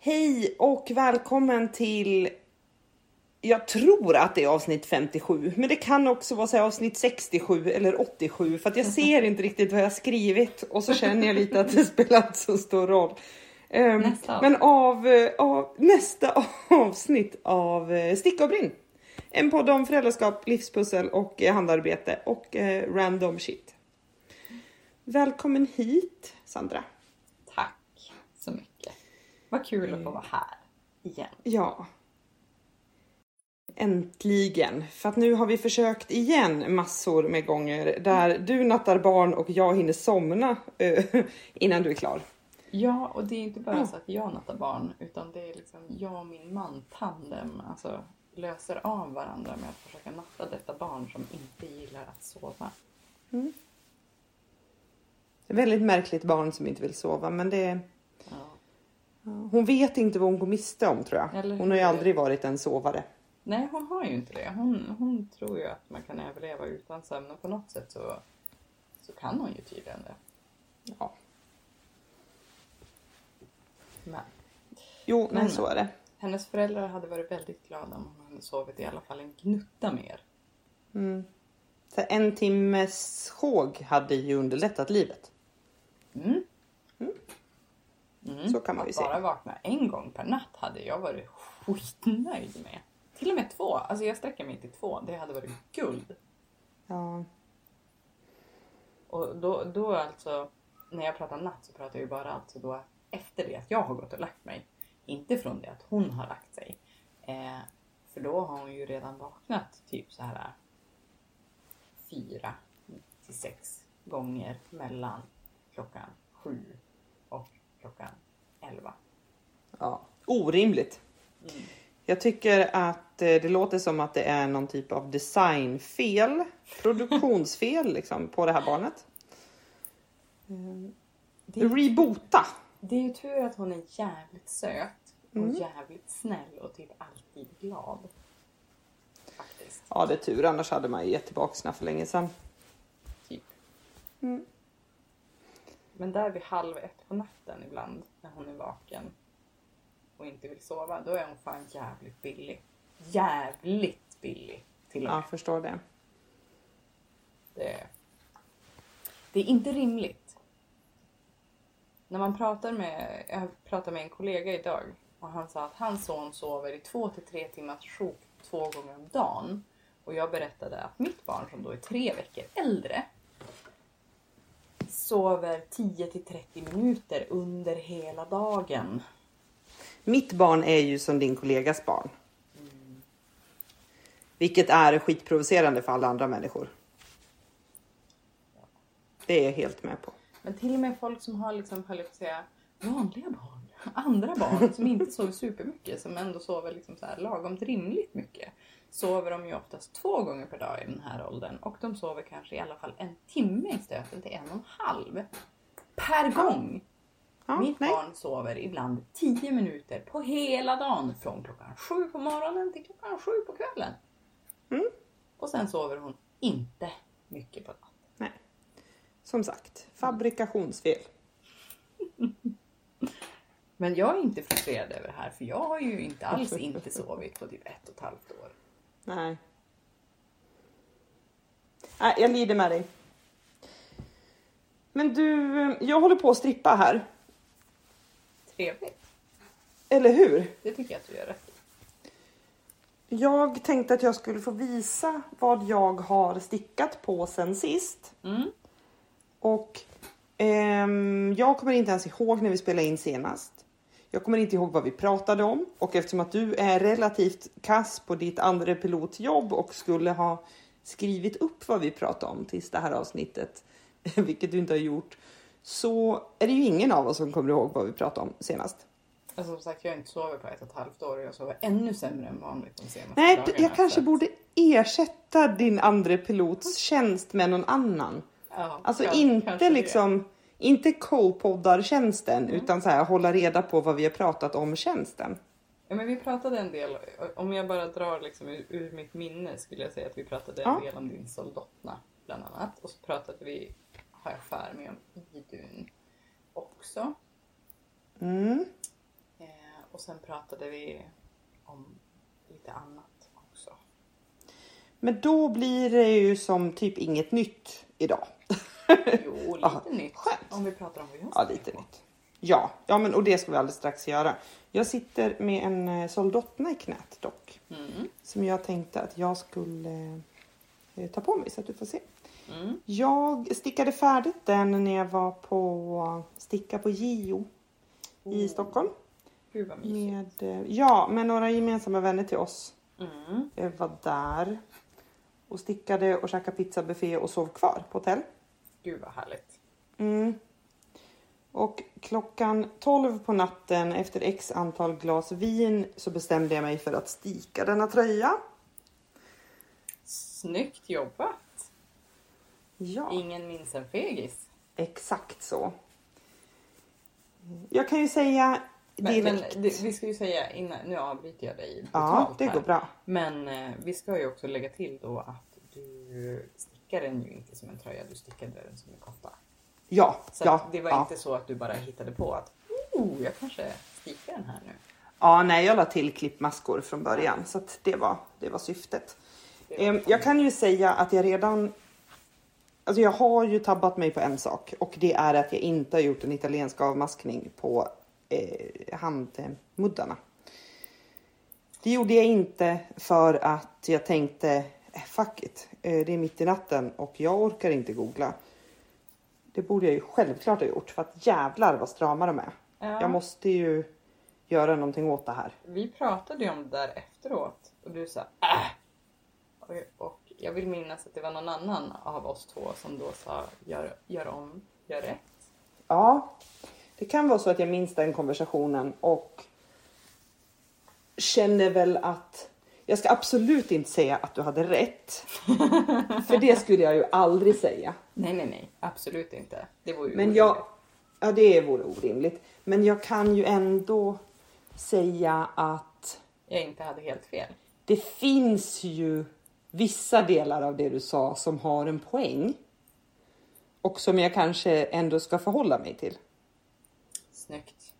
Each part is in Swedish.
Hej och välkommen till, jag tror att det är avsnitt 57, men det kan också vara så här avsnitt 67 eller 87 för att jag ser inte riktigt vad jag har skrivit och så känner jag lite att det spelar inte så stor roll. Ehm, Nästa av- men av, eh, av nästa avsnitt av eh, Stick och brinn. En podd om föräldraskap, livspussel och eh, handarbete och eh, random shit. Välkommen hit Sandra. Tack så mycket. Vad kul att få vara här igen. Ja. Äntligen! För att nu har vi försökt igen massor med gånger där du nattar barn och jag hinner somna eh, innan du är klar. Ja, och det är inte bara Ja. så att jag nattar barn, utan det är liksom jag och min man tandem, alltså löser av varandra med att försöka natta detta barn som inte gillar att sova. Ett väldigt märkligt barn som inte vill sova men det Ja. Hon vet inte vad hon går miste om tror jag. Eller Hon har ju hur? aldrig varit en sovare. Nej, hon har ju inte det. Hon, hon tror ju att man kan överleva utan sömn och på något sätt så, så kan hon ju tydligen det. Ja. Men Jo, nej Men- så är det. hennes föräldrar hade varit väldigt glada om hon hade sovit i alla fall en gnutta mer. Mm. Så en timmes sjåg hade ju underlättat livet. Mm. Mm. Så kan man ju Att säga. bara vakna en gång per natt hade jag varit skitnöjd med. Till och med två. Alltså jag sträcker mig till två. Det hade varit guld. Ja. Och då, då alltså, när jag pratar natt så pratar jag ju bara alltså då efter det att jag har gått och lagt mig. Inte från det att hon har lagt sig. Eh, för då har hon ju redan vaknat typ så här fyra till sex gånger mellan klockan sju och klockan elva. ja. Orimligt. Mm. Jag tycker att eh, det låter som att det är någon typ av designfel, produktionsfel liksom, på det här barnet. Mm. Eh, Det är, Reboota! det är ju tur att hon är jävligt söt och Mm. jävligt snäll och typ alltid glad. Faktiskt. Ja, det är tur, annars hade man ju gett tillbaka sina för länge sedan. Typ. Mm. Men där vid halv ett på natten ibland när hon är vaken och inte vill sova, då är hon fan jävligt billig. Jävligt billig till och Ja, med. jag förstår det. Det, det är inte rimligt. När man pratar med, jag pratade med en kollega idag och han sa att hans son sover i två till tre timmars sjok två gånger om dagen. Och jag berättade att mitt barn som då är tre veckor äldre sover 10 till 30 minuter under hela dagen. Mitt barn är ju som din kollegas barn. Mm. Vilket är skitprovocerande för alla andra människor. Det är jag helt med på. Men till och med folk som har liksom, höll jag på att säga, vanliga barn. Andra barn som inte sover supermycket, som ändå sover liksom så här lagom rimligt mycket. Sover de ju oftast två gånger per dag i den här åldern. Och de sover kanske i alla fall en timme i stöten till en och en halv. Per gång! Ja, Mitt nej. barn sover ibland 10 minuter på hela dagen. Från klockan sju på morgonen till klockan sju på kvällen. Mm. Och sen sover hon inte mycket på natten. nej. Som sagt, fabrikationsfel. Men jag är inte frustrerad över det här för jag har ju inte alls inte sovit på typ ett och ett halvt år. Nej. Nej, jag lider med dig. Men du, eh, jag håller på att strippa här. Trevligt. Eller hur? Det tycker jag att du gör rätt i. Jag tänkte att jag skulle få visa vad jag har stickat på sen sist. Mm. Och ehm, jag kommer inte ens ihåg när vi spelade in senast. Jag kommer inte ihåg vad vi pratade om och eftersom att du är relativt kass på ditt andra pilotjobb och skulle ha skrivit upp vad vi pratade om tills det här avsnittet, vilket du inte har gjort, så är det ju ingen av oss som kommer ihåg vad vi pratade om senast. Alltså, som sagt, jag har inte sovit på ett och ett halvt år och jag sover ännu sämre än vanligt de senaste Nej, dagarna. jag så kanske att- borde ersätta din andra pilots tjänst med någon annan. Ja, Alltså kan- kanske inte det. Mm. liksom, inte co-poddar-tjänsten utan så här hålla reda på vad vi har pratat om tjänsten. Ja, men vi pratade en del, om jag bara drar liksom ur, ur mitt minne skulle jag säga att vi pratade en Ja. del om din soldatna bland annat. Och så pratade vi, har jag för mig, om Idun också. Mm. Eh, och och sen pratade vi om lite annat också. Men då blir det ju som typ inget nytt idag. Jo, lite Aha, nytt. skönt. Om vi pratar om vad jag Ja, ska lite göra. nytt. Ja, ja men, och det ska vi alldeles strax göra. Jag sitter med en eh, soldotna i knät dock. Mm. Som jag tänkte att jag skulle eh, ta på mig så att du får se. Mm. Jag stickade färdigt den när jag var på sticka på JO i Oh, Stockholm. Gud vad mysigt. Med, eh, ja, med några gemensamma vänner till oss. Mm. Jag var där och stickade och käkade pizzabuffé och sov kvar på hotell. Gud vad härligt. Mm. Och klockan 12 på natten efter x antal glas vin så bestämde jag mig för att stika denna tröja. Snyggt jobbat! Ja, Ingen minns en fegis. exakt så. Jag kan ju säga Men, men direkt. det, vi ska ju säga innan, nu avbryter jag dig ja, totalt det här. går bra. Men eh, vi ska ju också lägga till då att du stickar den ju inte som en tröja, du stickade den som en kofta. Ja, Så ja, att det var ja. inte så att du bara hittade på att oh, jag kanske stickar den här nu. Ja, nej, jag la till klippmaskor från början så att det var, det var syftet. Det var Ehm, Jag kan ju säga att jag redan... Alltså jag har ju tabbat mig på en sak och det är att jag inte har gjort en italiensk avmaskning på eh, handmuddarna. Det gjorde jag inte för att jag tänkte eh, fuck it, eh, det är mitt i natten och jag orkar inte googla. Det borde jag ju självklart ha gjort för att jävlar vad strama de är. Ja. Jag måste ju göra någonting åt det här. Vi pratade ju om det där efteråt och du sa äh! och, och jag vill minnas att det var någon annan av oss två som då sa gör, gör om, gör rätt. Ja, det kan vara så att jag minns den konversationen och känner väl att jag ska absolut inte säga att du hade rätt. För det skulle jag ju aldrig säga. Nej, nej, nej, absolut inte. Det vore ju Men jag, orimligt. ja det vore orimligt. Men jag kan ju ändå säga att jag inte hade helt fel. det finns ju vissa delar av det du sa som har en poäng. Och som jag kanske ändå ska förhålla mig till. Snyggt.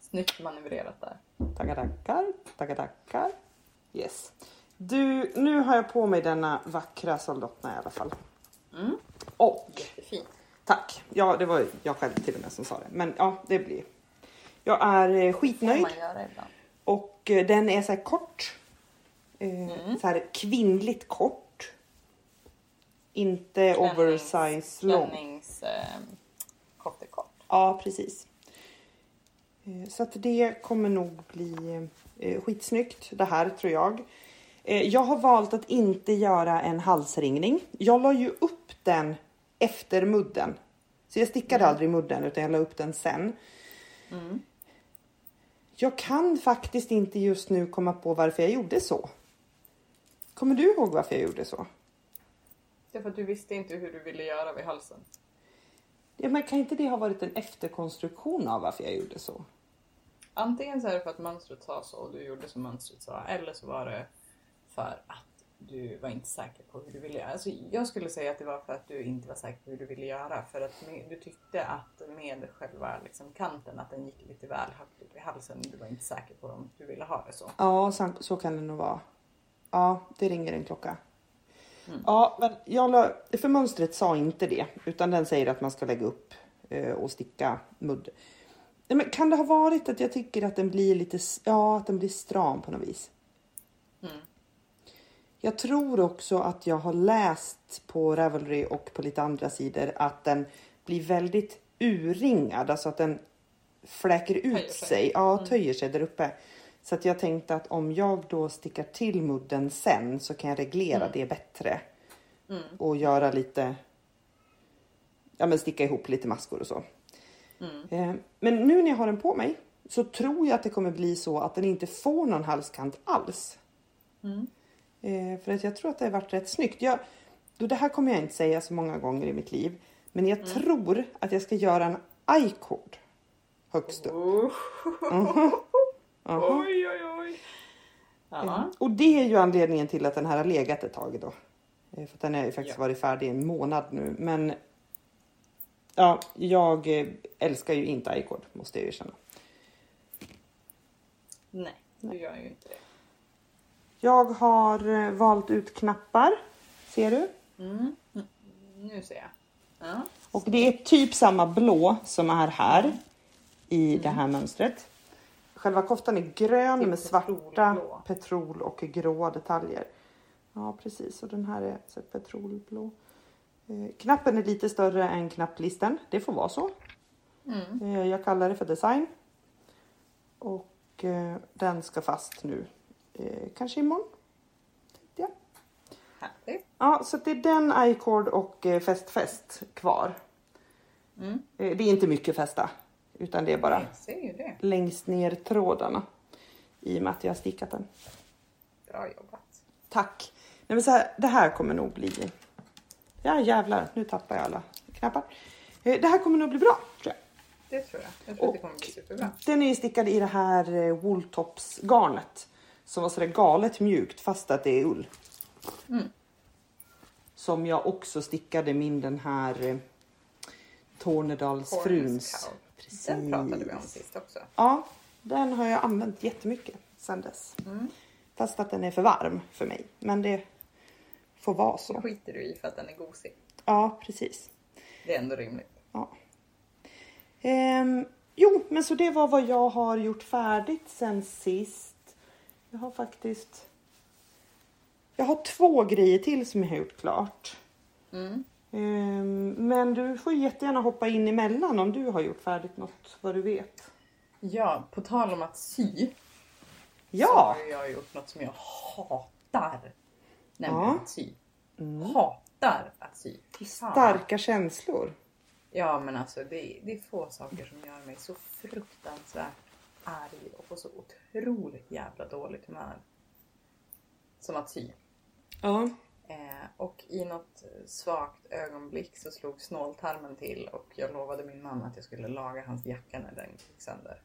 Snyggt manövrerat där. Tackar, tackar, tackar, tackar. Yes. Du, nu har jag på mig denna vackra soldottna i alla fall. Mm. Och Jättefint. tack. Ja, det var jag själv till och med som sa det. Men ja, det blir. Jag är eh, Får skitnöjd man göra ibland. och eh, den är så här kort. Eh, Så här kvinnligt kort. Inte oversize lång. Klännings... Eh, kort är kort. Ja, precis. Eh, Så att det kommer nog bli eh, skitsnyggt det här tror jag. Eh, Jag har valt att inte göra en halsringning. Jag la ju upp den efter mudden. Så jag stickade aldrig mudden utan jag la upp den sen. Mm. Jag kan faktiskt inte just nu komma på varför jag gjorde så. Kommer du ihåg varför jag gjorde så? Det är för att du visste inte hur du ville göra vid halsen. Ja, men kan inte det ha varit en efterkonstruktion av varför jag gjorde så? Antingen så är det för att mönstret sa så och du gjorde som mönstret sa eller så var det för att du var inte säker på hur du ville göra. Alltså, jag skulle säga att det var för att du inte var säker på hur du ville göra för att med- du tyckte att med själva liksom, kanten att den gick lite väl högt upp i halsen. Du var inte säker på om du ville ha det så. Ja, så, så kan det nog vara. Ja, det ringer en klocka. Mm. Ja, men jag la, för mönstret sa inte det, utan den säger att man ska lägga upp eh, och sticka mudd. Nej, men kan det ha varit att jag tycker att den blir lite, s- ja, att den blir stram på något vis? Mm. Jag tror också att jag har läst på Ravelry och på lite andra sidor att den blir väldigt urringad, alltså att den fläker ut Töjer sig. sig. ja, Mm. töjer sig där uppe. Så att jag tänkte att om jag då stickar till mudden sen så kan jag reglera Mm. det bättre Mm. och göra lite, ja men sticka ihop lite maskor och så. Mm. Eh, Men nu när jag har den på mig så tror jag att det kommer bli så att den inte får någon halskant alls. Mm. Eh, För att jag tror att det har varit rätt snyggt. Jag, då det här kommer jag inte säga så många gånger i mitt liv. Men Mm. jag tror att jag ska göra en I-cord högst upp. Oh, Aha. oj, oj, oj. Ja. Eh, Och det är ju anledningen till att den här har legat ett tag då. Eh, För att den har ju faktiskt Ja. varit färdig i en månad nu. Men ja, jag eh, älskar ju inte I-cord måste jag ju erkänna. Nej, du gör ju inte det. Jag har eh, valt ut knappar. Ser du? Mm. Mm. Nu ser jag. Ja. Och det är typ samma blå som är här i det här mönstret. Själva koftan är grön Typ med svarta petrolblå. petrol och gråa detaljer. Ja precis och den här är så här petrolblå. Eh, Knappen är lite större än knapplisten. Det får vara så. Mm. Eh, Jag kallar det för design. Och eh, den ska fast nu. Eh, kanske imorgon. Tänkte jag. Härligt. Ja, så det är den iCord och eh, festfest kvar. Mm. Eh, Det är inte mycket fästa, utan det är bara Jag ser ju det. längst ner trådarna i och med att jag har stickat den. Bra jobbat. Tack! Nej, men så här, det här kommer nog bli... Ja jävlar, nu tappar jag alla knappar. Eh, Det här kommer nog bli bra, tror jag. Det tror jag. Jag tror att det Och- kommer bli superbra. Den är ju stickad i det här eh, Wooltops-garnet som var sådär galet mjukt fast att det är ull. Mm. Som jag också stickade min den här eh, Tornedalsfruns. Corners cow. Den pratade vi om sist också. Ja, den har jag använt jättemycket sedan dess. Mm. Fast att den är för varm för mig. Men det får vara så. skiter du i för att den är gosig. Ja, precis. Det är ändå rimligt. Ja. Ehm, jo, men så det var vad jag har gjort färdigt sen sist. Jag har faktiskt... Jag har två grejer till som jag har gjort klart. Mm. Ehm, men du får jättegärna hoppa in emellan om du har gjort färdigt något, vad du vet. Ja, på tal om att sy så Ja! har ju jag gjort något som jag hatar. Nämligen Ja. att sy. Mm. Hatar att sy. Fy fan. Starka känslor. Ja men alltså det, det är få saker som gör mig så fruktansvärt arg och på så otroligt jävla dåligt humör. Som att sy. Ja. Eh, och i något svagt ögonblick så slog snåltarmen till och jag lovade min man att jag skulle laga hans jacka när den gick sönder.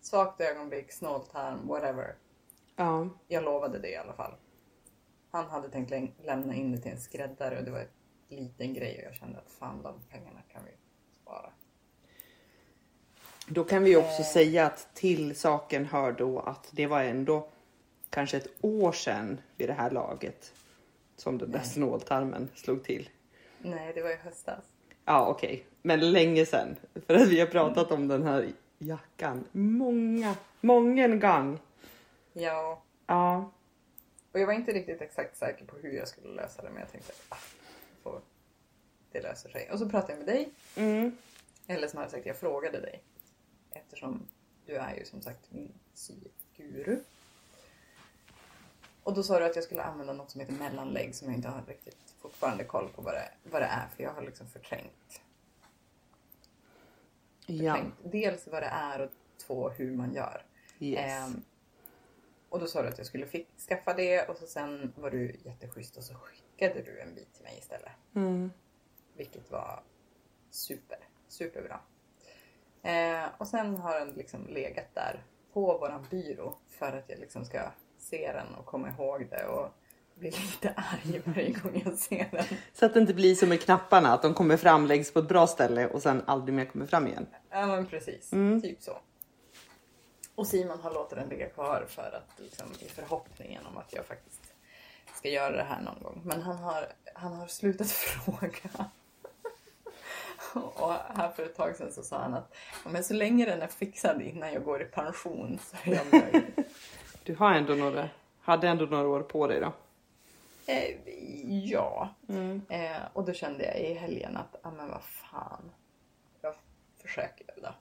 Svagt ögonblick, snåltarm, whatever. Ja. Jag lovade det i alla fall. Han hade tänkt läm- lämna in det till en skräddare och det var en liten grej och jag kände att fan de pengarna kan vi spara. Då kan vi också Eh. säga att till saken hör då att det var ändå kanske ett år sedan vid det här laget som den där Nej. snåltarmen slog till. Nej, det var i höstas. Ja, okej, men länge sedan för att vi har pratat om den här jackan många, mången gång. Ja, Ja, och jag var inte riktigt exakt säker på hur jag skulle lösa det men jag tänkte ah, får, det löser sig. Och så pratade jag med dig mm. Eller snarare sagt, jag frågade dig. Eftersom du är ju som sagt min syguru. Och då sa du att jag skulle använda något som heter mellanlägg som jag inte har riktigt fortfarande koll på vad det, vad det är. För jag har liksom förträngt, ja, förträngt dels vad det är och två hur man gör. yes. Ehm, och då sa du att jag skulle fick, skaffa det och så sen var du jätteschysst och så skickade du en bit till mig istället. Mm. Vilket var super, superbra. Eh, och sen har den liksom legat där på våran byrå för att jag liksom ska se den och komma ihåg det och bli lite arg varje gång jag ser den. Så att det inte blir som med knapparna, att de kommer fram, läggs på ett bra ställe och sen aldrig mer kommer fram igen. Ja men precis, Mm. typ så. Och Simon har låtit den ligga kvar för att liksom, i förhoppningen om att jag faktiskt ska göra det här någon gång. Men han har, han har slutat fråga. Och här för ett tag sedan så sa han att "Ja, men så länge den är fixad innan jag går i pension så är jag nöjd. Du har ändå några, hade ändå några år på dig då. eh, ja. Eh, och då kände jag i helgen att, ja men vad fan. Jag försöker väl då.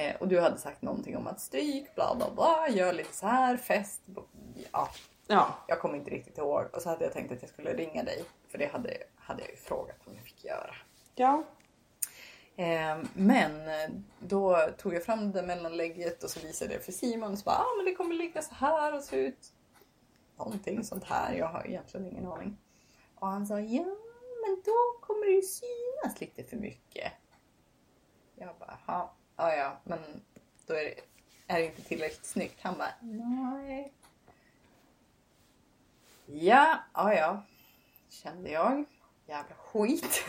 Eh, och du hade sagt någonting om att stryk, bla bla bla, gör lite så här, fest. Ja, Ja, jag kommer inte riktigt ihåg. Och så hade jag tänkt att jag skulle ringa dig. För det hade, hade jag ju frågat om jag fick göra. ja, Eh, men då tog jag fram det mellanlägget och så visade jag det för Simon. Och så bara, ah, men det kommer ligga så här och se ut. Någonting sånt här. Jag har egentligen ingen aning. Och han sa, ja men då kommer det ju synas lite för mycket. Jag bara, ja, ja, ja men då är det, är det inte tillräckligt snyggt. Han bara, nej. Ja, ja, ja. Kände jag. Jävla skit.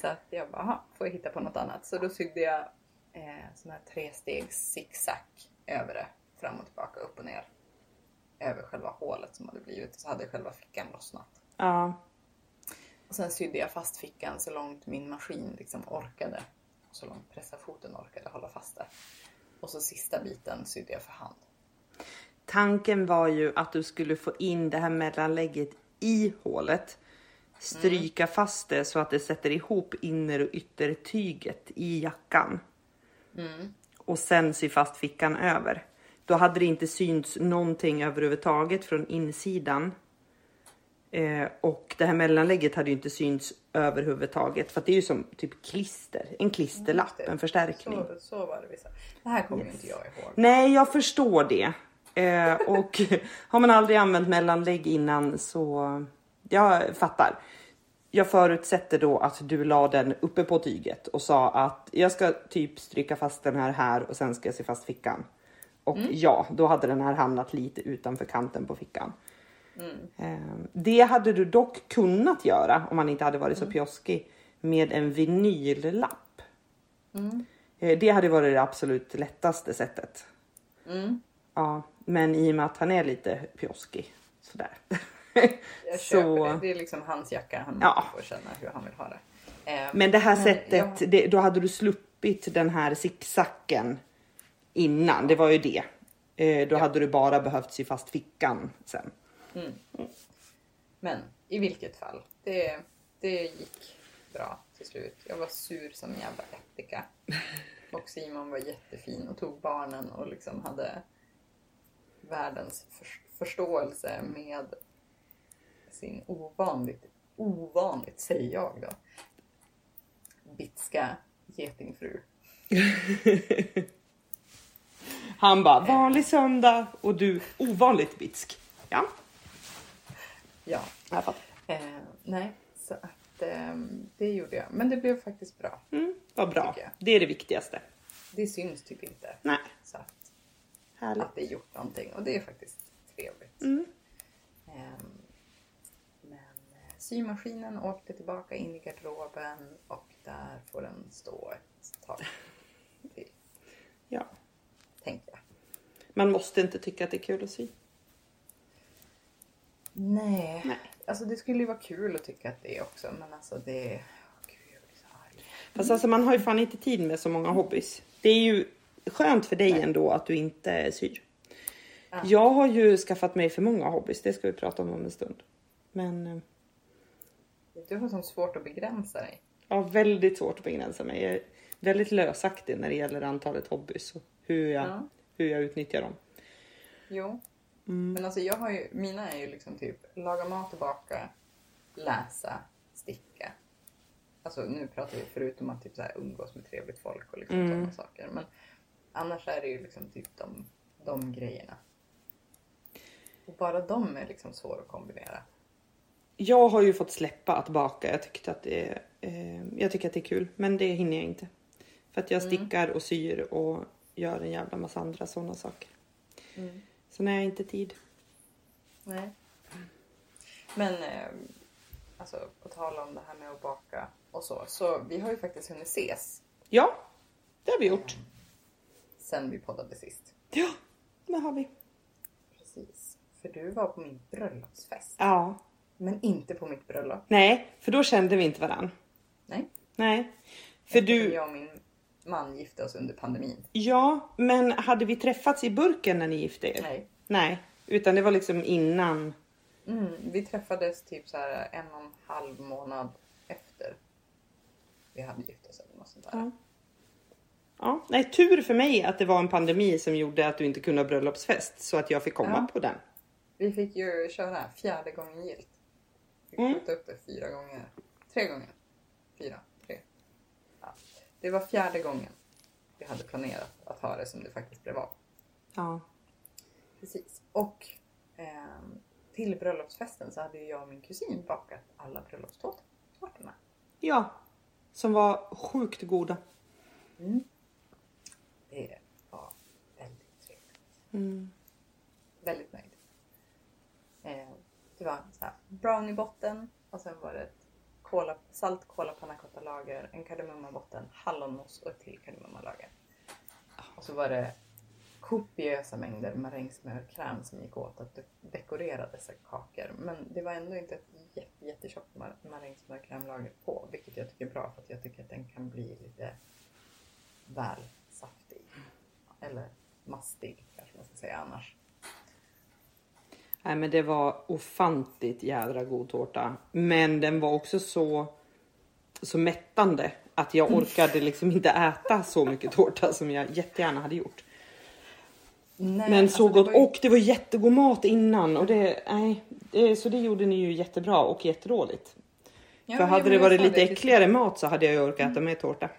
Så att jag bara, "Aha, får jag hitta på något annat. Så då sydde jag eh, sån här trestegs zigzag över det. Fram och tillbaka, upp och ner. Över själva hålet som hade blivit. Så hade själva fickan lossnat. Ja. Och sen sydde jag fast fickan så långt min maskin liksom orkade. Och så långt pressarfoten orkade hålla fast det. Och så sista biten sydde jag för hand. Tanken var ju att du skulle få in det här mellanlägget i hålet. Stryka fast det så att det sätter ihop inner och yttertyget i jackan. Och sen sy fast fickan över. Då hade det inte synts någonting överhuvudtaget från insidan. Eh, och det här mellanlägget hade ju inte synts överhuvudtaget för att det är ju som typ klister, en Mm, klisterlapp, en förstärkning. Så, så var det vissa. Det här kommer ju inte jag ihåg. Nej, jag förstår det. Eh, och har man aldrig använt mellanlägg innan så jag fattar. Jag förutsätter då att du la den uppe på tyget och sa att jag ska typ stryka fast den här här och sen ska jag se fast fickan. Och ja, då hade den här hamnat lite utanför kanten på fickan. Eh, Det hade du dock kunnat göra om man inte hade varit så pjoskig med en vinyllapp. Eh, Det hade varit det absolut lättaste sättet. Mm. Ja, men i och med att han är lite pjoskig sådär. Jag köper så, det. Det är liksom hans jacka. Han Ja. får känna hur han vill ha det. Eh, men det här Men sättet, jag- det, då hade du sluppit den här zigzacken innan. Det var ju det. Eh, då hade du bara behövt sy fast fickan sen. Men i vilket fall, det, det gick bra till slut. Jag var sur som en jävla ättika. Och Simon var jättefin och tog barnen och liksom hade världens förs- förståelse med sin ovanligt, ovanligt säger jag då, bitska getingfru. Han bara vanlig söndag och du ovanligt bitsk. Ja, Ja, jag fattar. eh, nej, så att eh, det gjorde jag. Men det blev faktiskt bra. Mm, vad bra. Tycker jag. Det är det viktigaste. Det syns typ inte. Nej, Så att härligt. att det gjort någonting och det är faktiskt trevligt. Mm. Ehm, Men eh, symaskinen åkte tillbaka in i garderoben och där får den stå ett tag till, Ja. tänker jag. Man måste inte tycka att det är kul att sy. Nej. Nej. alltså det skulle ju vara kul att tycka att det är också men alltså det... åh, Gud, jag blir så arg. Fast alltså man har ju fan inte tid med så många hobbys. Det är ju skönt för dig ändå att du inte syr. Ja. Jag har ju skaffat mig för många hobbys, det ska vi prata om om en stund. Men eh, Du har så svårt att begränsa dig. jag har väldigt svårt att begränsa mig. Jag är väldigt lösaktig när det gäller antalet hobbys och hur jag, Ja. hur jag utnyttjar dem. Jo. Mm. Men alltså jag har ju, mina är ju liksom typ laga mat och baka, läsa, sticka. Alltså nu pratar vi förutom att typ så här umgås med trevligt folk och liksom Mm. sådana saker. Men annars är det ju liksom typ de, de grejerna. Och bara de är liksom svåra att kombinera. Jag har ju fått släppa att baka. Jag, tyckte att det, eh, jag tycker att det är kul, men det hinner jag inte. För att jag Mm. stickar och syr och gör en jävla massa andra sådana saker. Mm. Så när jag inte tid. Nej. Men eh, alltså på tal om det här med att baka och så. Så vi har ju faktiskt hunnit ses Ja, det har vi gjort. sen vi poddade sist. Ja, det har vi. Precis. För du var på min bröllopsfest. Ja. Men inte på mitt bröllop. Nej, för då kände vi inte varann. Nej. Nej. För Eftersom du, Jag och min man gifte oss under pandemin. ja, men hade vi träffats i burken när ni gifte er? Nej. Nej, utan det var liksom innan. Mm, vi träffades typ så här en och en halv månad efter vi hade gift oss eller något sånt där. Ja. Ja, nej, tur för mig att det var en pandemi som gjorde att du inte kunde ha bröllopsfest så att jag fick komma Ja. på den. Vi fick ju köra fjärde gången gillt. Vi Mm. skjuta upp det fyra gånger. Tre gånger. Fyra. Tre. Ja. Det var fjärde gången vi hade planerat att ha det som det faktiskt blev av. Ja. Precis. Och ehm, till bröllopsfesten så hade ju jag och min kusin bakat alla bröllopstårtorna. Ja, som var sjukt goda. Mm. Det var väldigt trevligt. Mm. Väldigt nöjd. Eh, det var så här browniebotten och sen var det ett cola, salt cola panna cotta lager, en kardemummabotten, hallonmousse och ett till kardemummalager. så var det kopiösa mängder marängsmörkräm som gick åt att de- dekorera dessa kakor. Men det var ändå inte ett jätte, jättetjockt mar- marängsmörkrämlager på, vilket jag tycker är bra för att jag tycker att den kan bli lite väl saftig. Eller mastig kanske man ska säga annars. Nej men det var ofantligt jädra god tårta. Men den var också så, så mättande att Mm. jag orkade liksom inte äta så mycket tårta som jag jättegärna hade gjort. Nej, Men alltså, så det gott var ju- och det var jättegod mat innan och det, nej, det, så det gjorde ni ju jättebra och jätteroligt. Ja, För men hade jag- det jag varit sa lite till- Mm. äckligare mat så hade jag ju orkat äta mer tårta.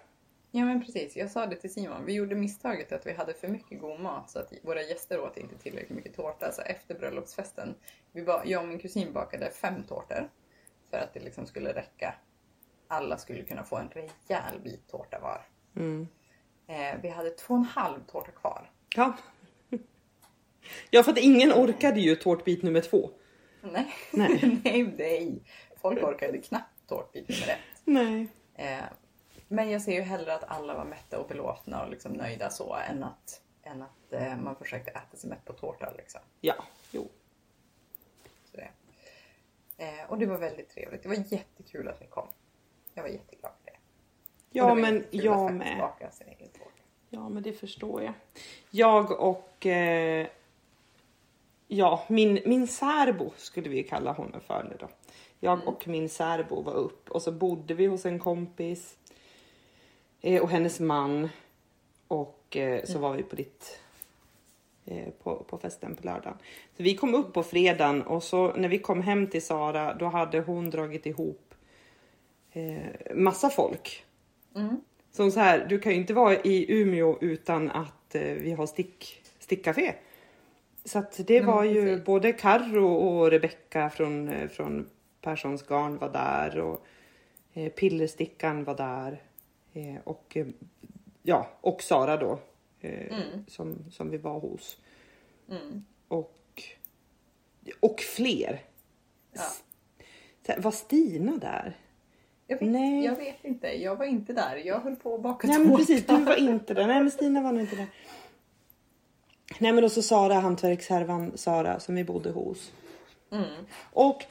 Ja men precis, jag sa det till Simon. Vi gjorde misstaget att vi hade för mycket god mat så att våra gäster åt inte tillräckligt mycket tårta. Så efter bröllopsfesten, vi ba- jag och min kusin bakade fem tårtor för att det liksom skulle räcka. Alla skulle kunna få en rejäl bit tårta var. Mm. Eh, vi hade två och en halv tårta kvar. Ja. ja för att ingen orkade ju tårtbit nummer två. Nej, Nej. nej, nej. Folk orkade knappt tårtbit nummer ett. Nej. Eh, men jag ser ju hellre att alla var mätta och belåtna och liksom nöjda så än att, än att eh, man försökte äta sig mätt på tårta. Liksom. Ja, jo. Så det. Eh, och det var väldigt trevligt. Det var jättekul att ni kom. Jag var jätteglad för det. och Ja det var men jättekul att jag faktiskt med. baka sin egen tårta. Ja, men det förstår jag. Jag och... Eh, ja, min, min särbo skulle vi kalla honom för nu då. Jag och min särbo var upp och så bodde vi hos en kompis eh, och hennes man. Och eh, så var vi på ditt... eh, På, på festen på lördagen. Så vi kom upp på fredagen och så när vi kom hem till Sara då hade hon dragit ihop eh, massa folk. Mm. Som så här, du kan ju inte vara i Umeå utan att eh, vi har stick, stickcafé. Så att det Nej, var ju Mm, precis. både Karro och Rebecka från, eh, från Perssons garn var där och eh, pillerstickan var där. Eh, och, eh, ja, och Sara då eh, Mm. som, som vi var hos. Mm. Och, och fler. Ja. Så här, Var Stina där? Jag, vet, Nej. jag vet inte. Jag var inte där. Jag höll på att baka Nej men tårta. precis, du var inte där. Nej men Stina var nog inte där. Nej men och så Sara, hantverkshärvan Sara som vi bodde hos. Mm. Och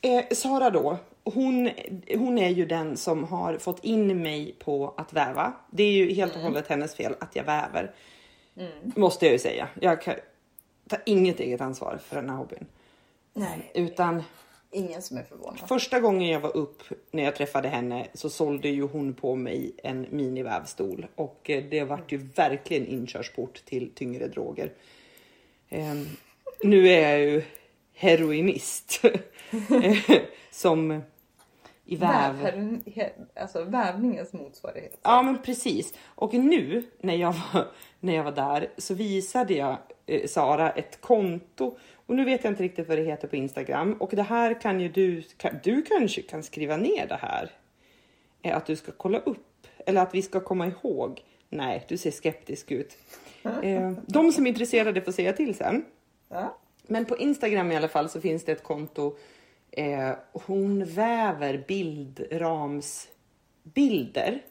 eh, Sara då, hon, hon är ju den som har fått in mig på att väva. Det är ju helt och hållet hennes fel att jag väver. Mm. Måste jag ju säga. Jag kan, tar inget eget ansvar för den här hobbyn. Nej, Utan ingen som är förvånad. Första gången jag var upp när jag träffade henne så sålde ju hon på mig en minivävstol och eh, det vart ju verkligen inkörsport till tyngre droger. Ehm, nu är jag ju heroinist eh, som i väv. Väv- her- Alltså vävningens motsvarighet. Ja men precis. Och nu när jag var, när jag var där så visade jag eh, Sara ett konto och nu vet jag inte riktigt vad det heter på Instagram och det här kan ju du, kan, du kanske kan skriva ner det här. Eh, Att du ska kolla upp eller att vi ska komma ihåg. Nej, du ser skeptisk ut. Eh, De som är intresserade får säga till sen. Ja. Men på Instagram i alla fall så finns det ett konto. Eh, hon väver bildramsbilder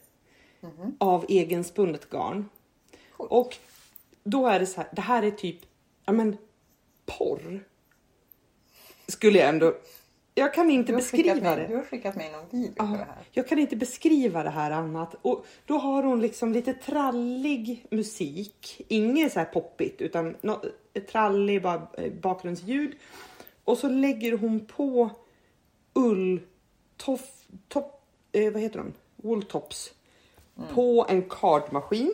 av egenspunnet garn. Mhm. Coolt. Och då är det så här, det här är typ, ja men porr. Skulle jag ändå, jag kan inte Du har, skickat beskriva mig, det. du har skickat mig någon video på Ja, det här. jag kan inte beskriva det här annat. Och då har hon liksom lite trallig musik. Inget så här poppigt utan nå- trallig bara, eh, bakgrundsljud. Och så lägger hon på ull... Toff, topp, eh, vad heter de? Wooltops. På en kardmaskin.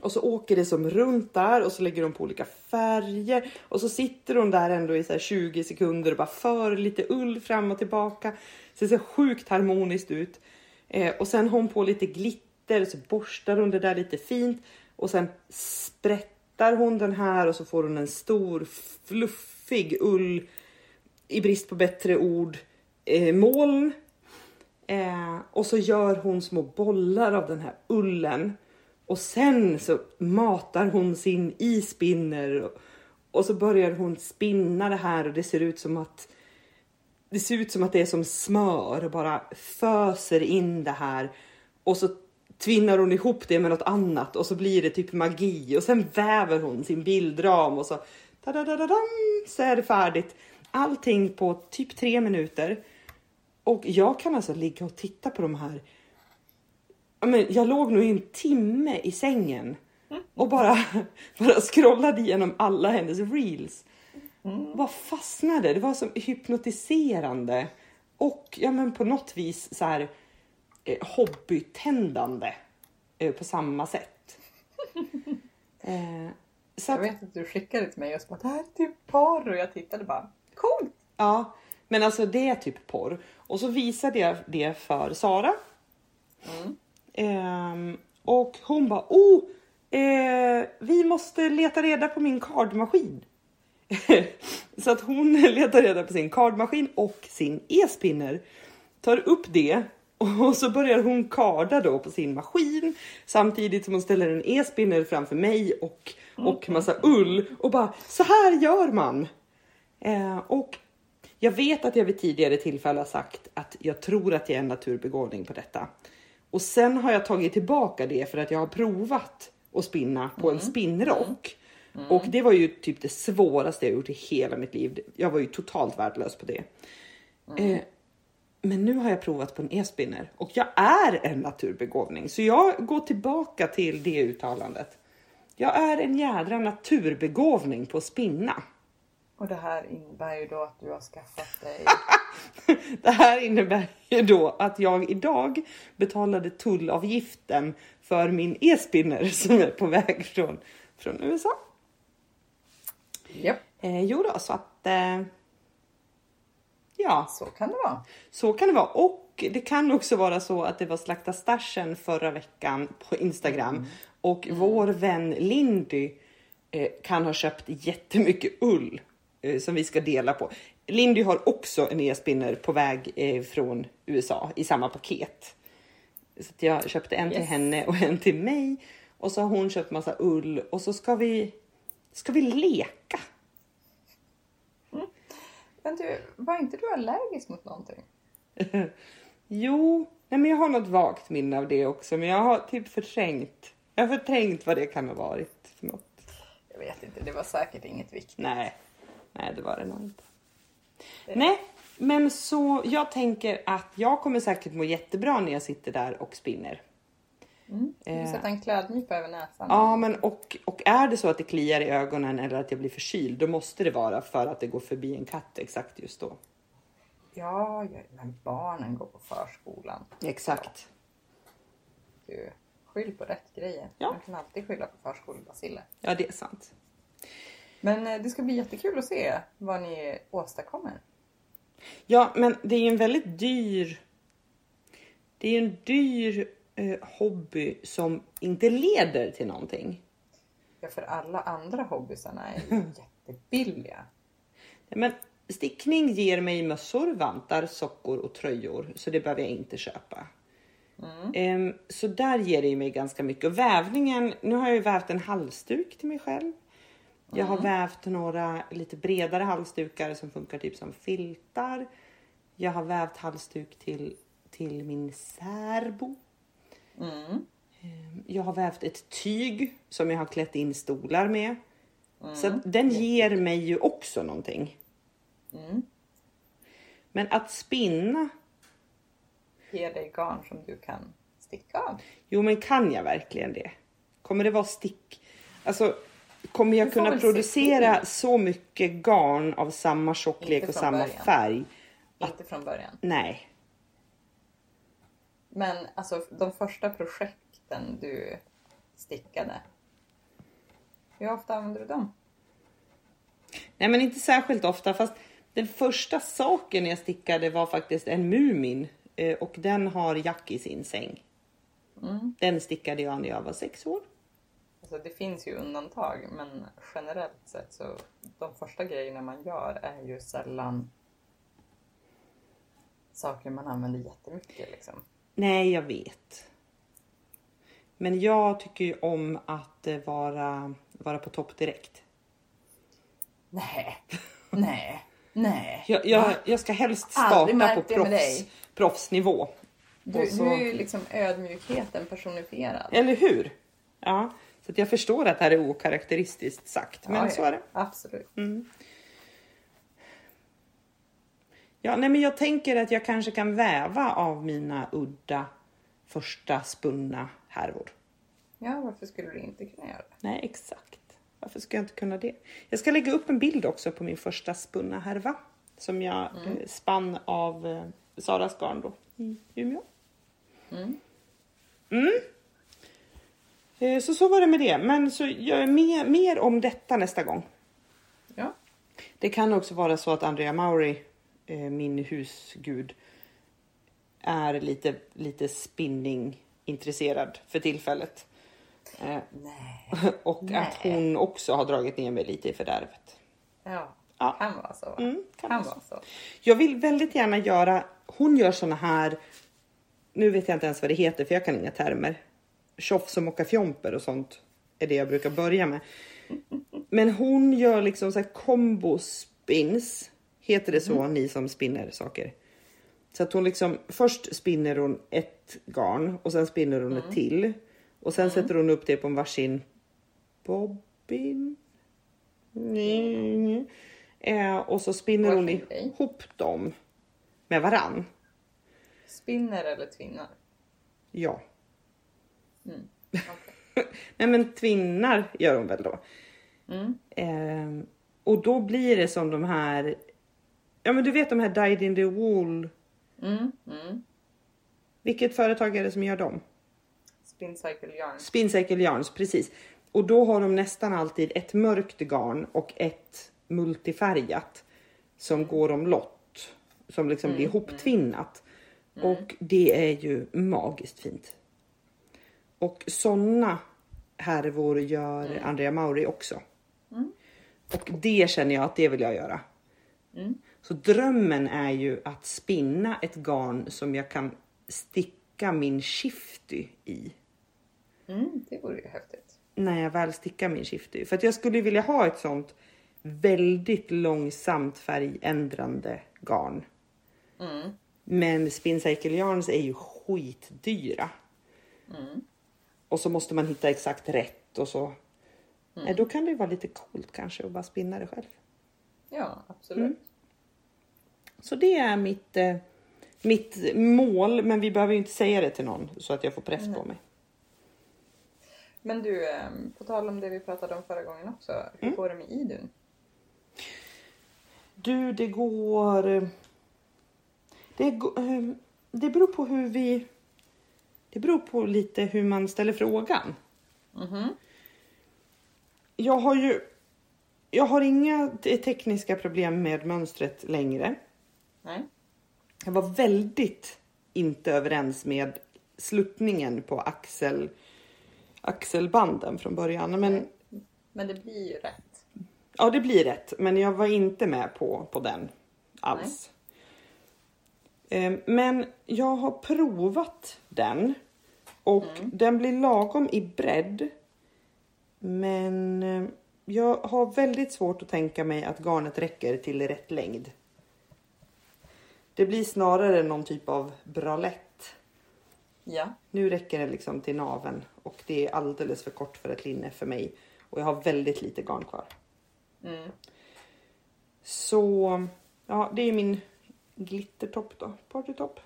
Och så åker det som runt där och så lägger de på olika färger och så sitter hon där ändå i så här 20 sekunder och bara för lite ull fram och tillbaka. Så det ser sjukt harmoniskt ut. Eh, och sen har hon på lite glitter så borstar hon det där lite fint och sen sprättar hon den här och så får hon en stor fluffig ull i brist på bättre ord eh, moln. Eh, och så gör hon små bollar av den här ullen. Och sen så matar hon sin i spinner. Och, och så börjar hon spinna det här och det ser ut som att det ser ut som att det är som smör och bara föser in det här. Och så tvinnar hon ihop det med något annat och så blir det typ magi och sen väver hon sin bildram och så tadadadadam, så är det färdigt. Allting på typ tre minuter. Och jag kan alltså ligga och titta på de här. Ja, men Jag låg nog i en timme i sängen och bara, bara scrollade igenom alla hennes reels. Bara fastnade. Det var som hypnotiserande och ja, men på något vis så här eh, hobbytändande eh, på samma sätt. eh, så Jag att, vet att du skickade till mig och så bara, det här är typ porr och jag tittade bara, coolt! ja, men alltså det är typ porr. Och så visade jag det för Sara. Ehm, och hon bara, oh, eh, vi måste leta reda på min kardmaskin. så att hon letar reda på sin kardmaskin och sin e-spinner. Tar upp det och så börjar hon karda då på sin maskin samtidigt som hon ställer en e-spinner framför mig och, och massa ull och bara så här gör man. Eh, och jag vet att jag vid tidigare tillfälle har sagt att jag tror att jag är en naturbegåvning på detta. Och sen har jag tagit tillbaka det för att jag har provat att spinna på en spinnrock. Och det var ju typ det svåraste jag gjort i hela mitt liv. Jag var ju totalt värdelös på det. Eh, men nu har jag provat på en e-spinner och jag är en naturbegåvning. Så jag går tillbaka till det uttalandet. Jag är en jädra naturbegåvning på att spinna. Och det här innebär ju då att du har skaffat dig Ah! Det här innebär ju då att jag idag betalade tullavgiften för min e-spinner som är på väg från, från USA. Japp, Eh, jo då, så att... Eh, ja, så kan det vara. så kan det vara. Och det kan också vara så att det var Slakta stashen förra veckan på Instagram och vår vän Lindy eh, kan ha köpt jättemycket ull eh, som vi ska dela på. Lindy har också en e-spinner på väg eh, från USA i samma paket. Så att jag köpte en till Yes. henne och en till mig och så har hon köpt massa ull och så ska vi, ska vi leka. Men du, var inte du allergisk mot någonting? Jo, nej men jag har något vagt minne av det också, men jag har typ förträngt. Jag har förträngt vad det kan ha varit för något. Jag vet inte, det var säkert inget viktigt. Nej, nej det var det nog inte. Nej, men så jag tänker att jag kommer säkert må jättebra när jag sitter där och spinner. Mm. Du får Eh. sätta en klädnypa över näsan. Ja, men och, och är det så att det kliar i ögonen eller att jag blir förkyld, då måste det vara för att det går förbi en katt exakt just då. Ja, ja, men barnen går på förskolan. Exakt. Du, skyll på rätt grejer. Ja. Man kan alltid skylla på förskolebaciller. Ja, det är sant. Men eh, det ska bli jättekul att se vad ni åstadkommer. Ja, men det är ju en väldigt dyr. Det är ju en dyr eh, hobby som inte leder till någonting. Ja, för alla andra hobbysarna är ju jättebilliga. Men stickning ger mig mössor, vantar, sockor och tröjor, så det behöver jag inte köpa. Ehm, så där ger det ju mig ganska mycket. Och vävningen, nu har jag ju vävt en halsduk till mig själv. Jag har vävt några lite bredare halsdukar som funkar typ som filtar. Jag har vävt halsduk till, till min särbo. Mm. Jag har vävt ett tyg som jag har klätt in stolar med. Så att den ger mig ju också någonting. Mm. Men att spinna, Ge dig garn som du kan sticka av. jo men kan jag verkligen det? Kommer det vara stick? Alltså, kommer Vi jag får kunna väl se. producera så mycket garn av samma tjocklek Inte och från samma början. färg? Inte från början. Nej. Men alltså de första projekten du stickade. Hur ofta använder du dem? Nej men inte särskilt ofta fast den första saken jag stickade var faktiskt en Mumin eh, och den har Jack i sin säng. Den stickade jag när jag var sex år. Mm. Alltså, det finns ju undantag men generellt sett så de första grejerna man gör är ju sällan saker man använder jättemycket liksom. Nej, jag vet. Men jag tycker ju om att eh, vara, vara på topp direkt. Nej, nej, nej. Jag, jag, jag ska helst Aldrig starta märkt på det med proffs, dig. proffsnivå. Du, Och så- du är ju liksom ödmjukheten personifierad. Eller hur? Ja, så att jag förstår att det här är okaraktäristiskt sagt, men Ja, ja, så är det. Absolut. Ja, nej, men jag tänker att jag kanske kan väva av mina udda första spunna härvor. Ja, varför skulle du inte kunna göra det? Nej, exakt. Varför ska jag inte kunna det? Jag ska lägga upp en bild också på min första spunna härva som jag eh, spann av eh, Saras garn då i Umeå. Mm. Eh, Så så var det med det, men så jag är mer, mer om detta nästa gång. Ja. Det kan också vara så att Andrea Mauri, eh, min husgud, är lite, lite spinning-intresserad för tillfället. Eh, Nej. och Nej. att hon också har dragit ner mig lite i fördärvet. Ja, Ja. kan vara så. Va? Mm, kan kan vara vara så. Jag vill väldigt gärna göra, hon gör såna här, nu vet jag inte ens vad det heter för jag kan inga termer. Tjofs och mockafjomper och sånt är det jag brukar börja med. Men hon gör liksom så här combo spins, heter det så ni som spinner saker? Så att hon liksom först spinner hon ett garn och sen spinner hon ett till och sen sätter hon upp det på en varsin bobbin. Nej, nej. Eh, och så spinner hon Varsin grej. ihop dem med varann. Spinner eller tvinnar? Ja. Mm. okej. Nej men tvinnar gör hon väl då. Mm. Ehm, och då blir det som de här, ja men du vet de här Died in the Wool, Mm. Mm. vilket företag är det som gör dem? Spin cycle yarn. Spinncycle Yarns, precis. Och då har de nästan alltid ett mörkt garn och ett multifärgat som går omlott, som liksom blir ihoptvinnat. Och det är ju magiskt fint. Och sådana härvor gör Andrea Mauri också. Och det känner jag att det vill jag göra. Så drömmen är ju att spinna ett garn som jag kan sticka min shifty i Mm. Det vore ju häftigt. när jag väl stickar min shifty. För att jag skulle ju vilja ha ett sånt väldigt långsamt färgändrande garn. Mm. Men spincycle yarns är ju skitdyra. Och så måste man hitta exakt rätt och så. Nej, då kan det ju vara lite coolt kanske att bara spinna det själv. Ja, absolut. Så det är mitt, eh, mitt mål, men vi behöver ju inte säga det till någon så att jag får press på mig. Men du, ehm, på tal om det vi pratade om förra gången också. Hur går det med Idun? Du, det går... eh, Det, går- ehm, det beror på hur vi... Det beror på lite hur man ställer frågan. Mhm. Jag har ju... Jag har inga te- tekniska problem med mönstret längre. Nej? Jag var väldigt inte överens med sluttningen på axel, axelbanden från början. Men Men det blir ju rätt. Ja, det blir rätt. Men jag var inte med på, på den alls. Ehm, Men jag har provat den och den blir lagom i bredd. Men eh, jag har väldigt svårt att tänka mig att garnet räcker till rätt längd. Det blir snarare någon typ av bralett. Ja. Nu räcker det liksom till naven och det är alldeles för kort för ett linne för mig. Och jag har väldigt lite garn kvar. Mm. Så ja, det är min glittertopp då, partytopp.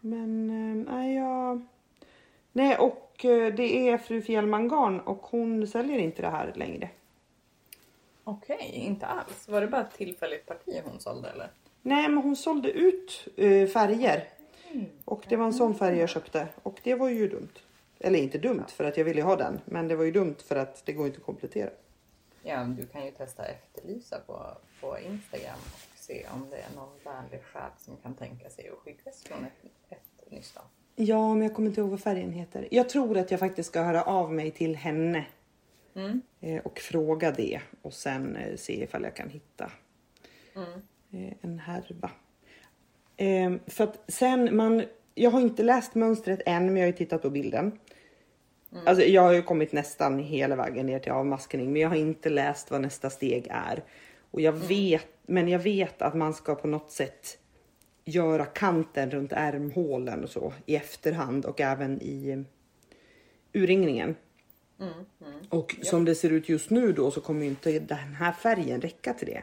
Men eh, nej, jag... Nej, och eh, det är fru Fjällman Garn och hon säljer inte det här längre. Okej, inte alls. Var det bara ett tillfälligt parti hon sålde eller? Nej, men hon sålde ut eh, färger. Och det var en sån färg jag köpte och det var ju dumt. Eller inte dumt för att jag ville ha den, men det var ju dumt för att det går inte att komplettera. Ja, men du kan ju testa efterlysa på, på Instagram och se om det är någon vänlig själ som kan tänka sig att skickas från ett, ett nystan. Ja, men jag kommer inte ihåg vad färgen heter. Jag tror att jag faktiskt ska höra av mig till henne Mm. Eh, och fråga det och sen eh, se ifall jag kan hitta Mm. eh, en härva. Eh, För att sen man, jag har inte läst mönstret än men jag har ju tittat på bilden. Alltså jag har ju kommit nästan hela vägen ner till avmaskning men jag har inte läst vad nästa steg är. Och jag vet, men jag vet att man ska på något sätt göra kanten runt ärmhålen och så i efterhand och även i eh, urringningen. Mm, mm. Och som det ser ut just nu då så kommer ju inte den här färgen räcka till det.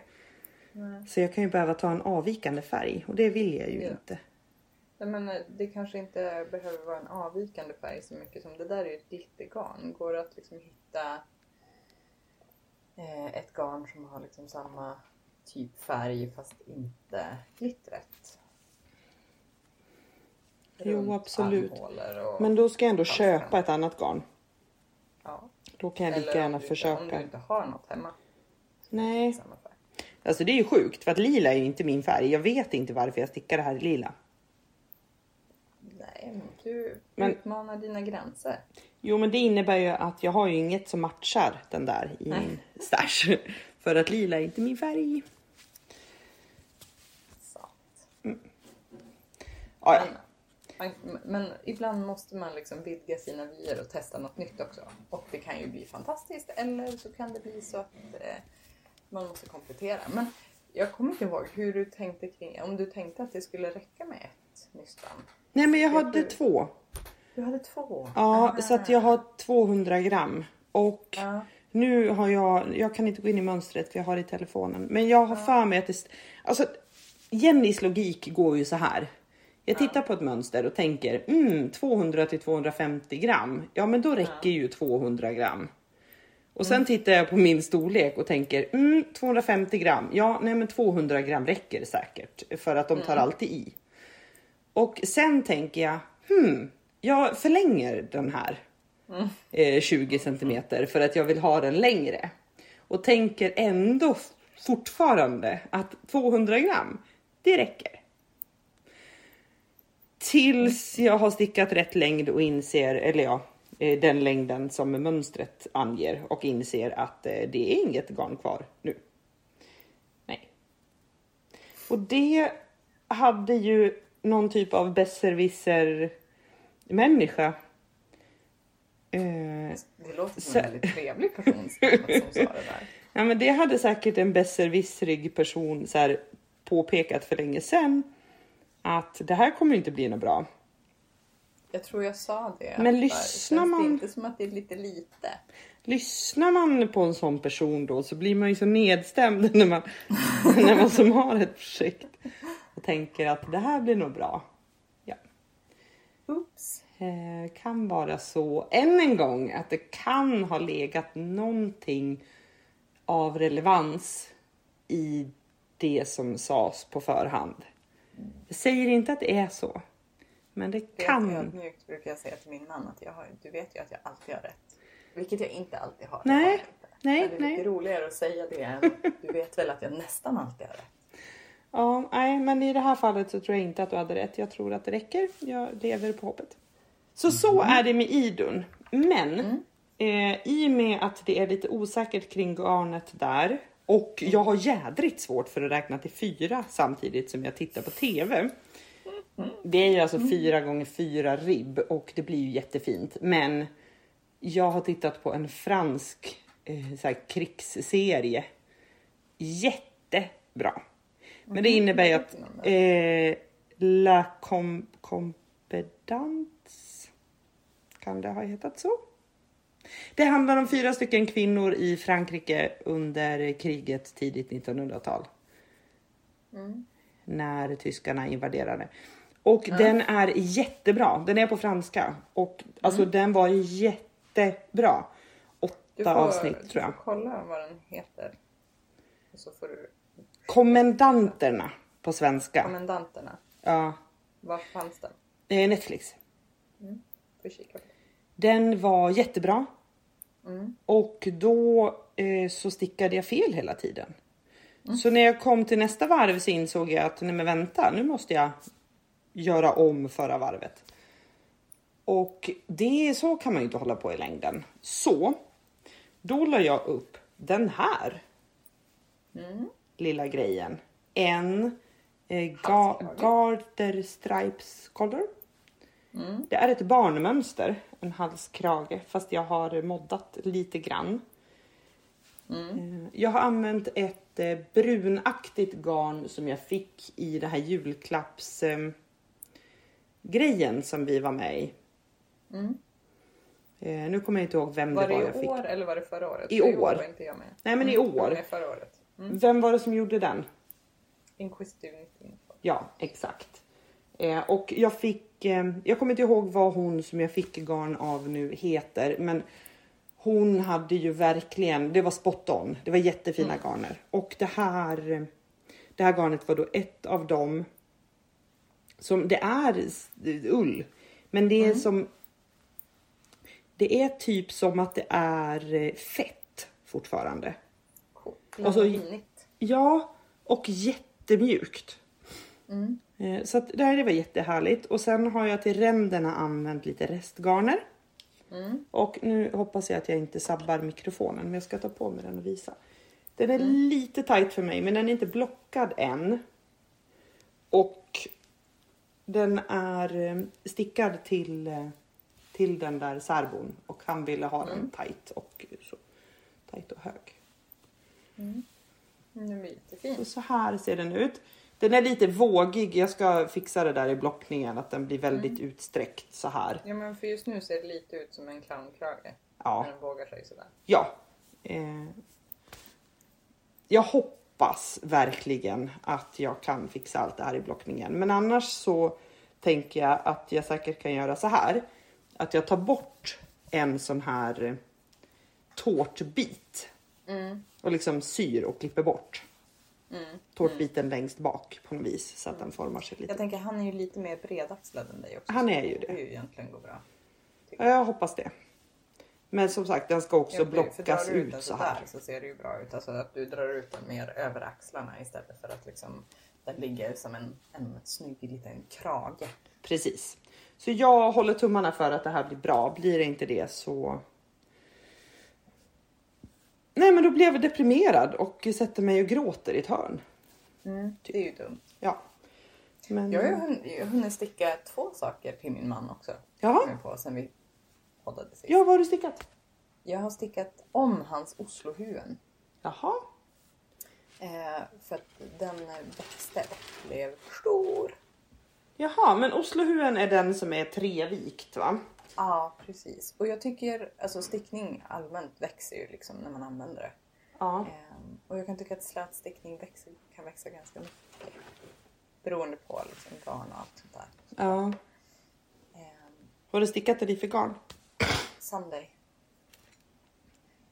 Nej. Så jag kan ju behöva ta en avvikande färg och det vill jag ju Ja. inte. Nej, men eh, det kanske inte behöver vara en avvikande färg så mycket som det där är ju ett glittergarn. Går det att liksom hitta eh, ett garn som har liksom samma typ färg fast inte glittret? Jo, absolut. armhålor Och, Men då ska jag ändå Fast köpa kan- ett annat garn. ja. Då kan jag lika Eller om gärna du inte- Om försöka. du inte har något hemma. Nej, Samma färg. alltså det är ju sjukt för att lila är ju inte min färg. Jag vet inte varför jag stickar det här i lila. Nej, men du Men- utmanar dina gränser. Jo, men det innebär ju att jag har ju inget som matchar den där i min stash. För att lila är inte min färg. Sant. Ah, Ja, ja. Men, man- men ibland måste man liksom vidga sina vyer och testa något nytt också. Och det kan ju bli fantastiskt eller så kan det bli så att eh, man måste komplettera. Men jag kommer inte ihåg hur du tänkte kring, om du tänkte att det skulle räcka med ett nystan. Nej, men jag hade du- två. Du hade två. Ja, så att jag har 200 gram. Och Ja. nu har jag, jag kan inte gå in i mönstret för jag har det i telefonen. Men jag har för mig att det, st- alltså Jennys logik går ju så här. Jag tittar på ett mönster och tänker mm, 200 till 250 gram. Ja, Mm. men då räcker ju 200 gram. Och sen tittar jag på min storlek och tänker mm, 250 gram. Ja, nej, men 200 gram räcker säkert för att de tar alltid i. Och sen tänker jag, hmm, jag förlänger den här eh, 20 centimeter för att jag vill ha den längre. Och tänker ändå f- fortfarande att 200 gram, det räcker. Tills jag har stickat rätt längd och inser, eller ja, eh, den längden som mönstret anger och inser att eh, det är inget garn kvar nu. Nej. Och det hade ju någon typ av besserwisser människa. Eh, Det låter som Så- en väldigt trevlig person som sa det där. Ja, men det hade säkert en besserwissrig person så här, påpekat för länge sedan att det här kommer ju inte bli något bra. Jag tror jag sa det. Men Där. lyssnar Känns man- Det inte som att det är lite lite. Lyssnar man på en sån person då så blir man ju så nedstämd när man, när man som har ett projekt och tänker att det här blir nog bra. Ja. Oops. Eh, kan vara så, än en gång, att det kan ha legat någonting av relevans i det som sades på förhand. Jag säger inte att det är så, men det Det kan. är ödmjukt brukar jag säga till min man att jag har, du vet ju att jag alltid har rätt. Vilket jag inte alltid har. Nej, Det har jag inte. nej, Men det är nej. lite roligare att säga det än att du vet väl att jag nästan alltid har rätt. Ja, nej, men i det här fallet så tror jag inte att du hade rätt. Jag tror att det räcker. Jag lever på hoppet. Så så är det med idun. Men eh, i och med att det är lite osäkert kring garnet där och jag har jädrigt svårt för att räkna till fyra samtidigt som jag tittar på TV. Det är ju alltså fyra gånger fyra ribb och det blir ju jättefint. Men jag har tittat på en fransk eh, så här, krigsserie. Jättebra. Men det innebär ju att eh, La Com- Compedance kan det ha hetat så? Det handlar om fyra stycken kvinnor i Frankrike under kriget tidigt 1900-tal. Mm. När tyskarna invaderade. Och den är jättebra. Den är på franska. Och alltså den var jättebra. Mm. Du Åtta avsnitt tror jag. Du får kolla vad den heter. Och så får du Kommendanterna på svenska. kommendanterna. Ja, Var fanns den? eh, Netflix. Får kika på. Den var jättebra. Mm. Och då eh, så stickade jag fel hela tiden. Så när jag kom till nästa varv så insåg jag att nej men vänta, nu måste jag göra om förra varvet. Och det så kan man ju inte hålla på i längden. Så då la jag upp den här lilla grejen. En eh, ga- Halskrage. Garter Stripes Collar. Mm. Det är ett barnmönster, en halskrage, fast jag har moddat lite grann. Mm. Eh, Jag har använt ett eh, brunaktigt garn som jag fick i den här julklapps eh, grejen eh, som vi var med i. Mm. Eh, Nu kommer jag inte ihåg vem Var det var det jag i fick. år eller var det förra året? I För år. var inte jag med. Nej men i Jag var år. med förra året. Mm. Vem var det som gjorde den? Inquisitive knitting. Ja, exakt. Eh, och jag fick, eh, jag kommer inte ihåg vad hon som jag fick garn av nu heter, men hon hade ju verkligen, det var spot on. Det var jättefina garner och det här, eh, det här garnet var då ett av dem som det är s- ull, men det är som. Det är typ som att det är eh, fett fortfarande. Coolt. Och så- Linigt. Ja, och jättemjukt. Eh, Så att det här det var jättehärligt. Och sen har jag till ränderna använt lite restgarner. Och nu hoppas jag att jag inte sabbar mikrofonen, men jag ska ta på mig den och visa. Den är lite tight för mig, men den är inte blockad än. Och den är eh, stickad till, eh, till den där särbon och han ville ha den tight och så tight och hög. Mm, Den är Så, jättefin. så här ser den ut. Den är lite vågig. Jag ska fixa det där i blockningen att den blir väldigt Mm. utsträckt så här. Ja men för just nu ser det lite ut som en clownkrage. Ja, När den vågar sig sådär. ja. Eh. Jag hoppas verkligen att jag kan fixa allt det här i blockningen, men annars så tänker jag att jag säkert kan göra så här att jag tar bort en sån här eh, tårtbit Mm. och liksom syr och klipper bort Mm. tårtbiten längst bak på något vis så att den formar sig lite. Jag tänker han är ju lite mer bredaxlad än dig också. Han så är ju Det det. borde ju egentligen gå bra. Ja, jag hoppas det. Men som sagt, den ska också Ja, för- för blockas drar du den ut så här. sådär Så ser det ju bra ut. Alltså att du drar ut den mer över axlarna istället för att liksom den ligger som en, en snygg liten krage. Precis. Så jag håller tummarna för att det här blir bra. Blir det inte det så... Nej, men då blev jag deprimerad och sätter mig och gråter i ett hörn. Mm, Det är ju dumt. Ja. Men... Jag har ju hunn- jag har hunnit sticka två saker till min man också. Jaha. Nu på, sen vi poddade sist. Ja, vad har du stickat? Jag har stickat om hans Oslohuen. Jaha. Eh, för att den växte och blev stor. Jaha, men Oslohuen är den som är trevikt va? Ja, precis. Och jag tycker, alltså stickning allmänt växer ju liksom när man använder det. Ja. Ehm, och jag kan tycka att slät stickning växer, kan växa ganska mycket. Beroende på liksom garn och allt sånt där. ja. Ehm, Vad har du stickat i för garn? Sunday.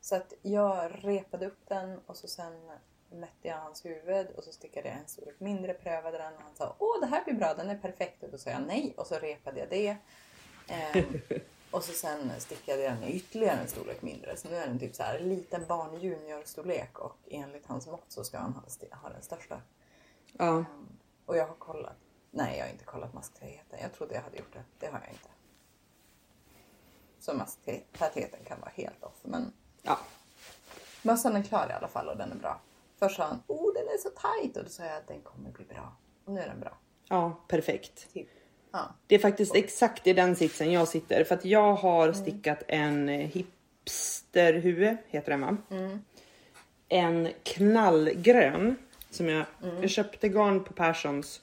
Så att jag repade upp den och så sen mätte jag hans huvud och så stickade jag en storlek mindre, prövade den och han sa Åh det här blir bra, den är perfekt. Och då sa jag nej och så repade jag det. Ehm, och så sen stickade jag den i ytterligare en storlek mindre. Så nu är den typ så här liten barn juniorstorlek och enligt hans mått så ska han ha, sti- ha den största. Ja. Ehm, och jag har kollat. Nej, jag har inte kollat masktätheten. Jag trodde jag hade gjort det. Det har jag inte. Så masktätheten kan vara helt off. Men Ja. mössan är klar i alla fall och den är bra. Först sa han, oh den är så tight. Och då sa jag att den kommer bli bra. Och nu är den bra. Ja, perfekt. Typ. Ja. Det är faktiskt exakt i den sitsen jag sitter för att jag har stickat en hipsterhue, heter den va? En knallgrön som jag, jag köpte garn på Perssons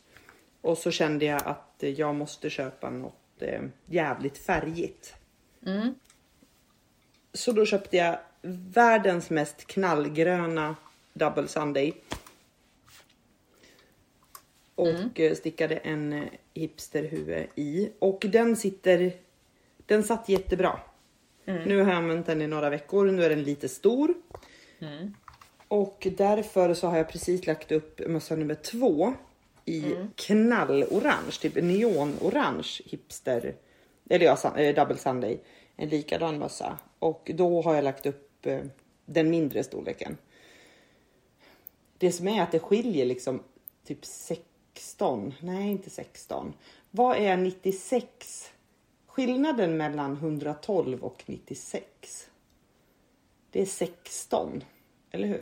och så kände jag att eh, jag måste köpa något eh, jävligt färgigt. Så då köpte jag världens mest knallgröna Double Sunday. Och eh, stickade en eh, hipsterhue i. Och den sitter... Den satt jättebra. Nu har jag använt den i några veckor. Nu är den lite stor. Och därför så har jag precis lagt upp mössa nummer två i knallorange, typ neonorange hipster. Eller ja, sun- eh, double sunday. En likadan mössa. Och då har jag lagt upp eh, den mindre storleken. Det som är att det skiljer liksom typ 16, nej inte 16. Vad är 96? Skillnaden mellan 112 och 96? Det är 16, eller hur?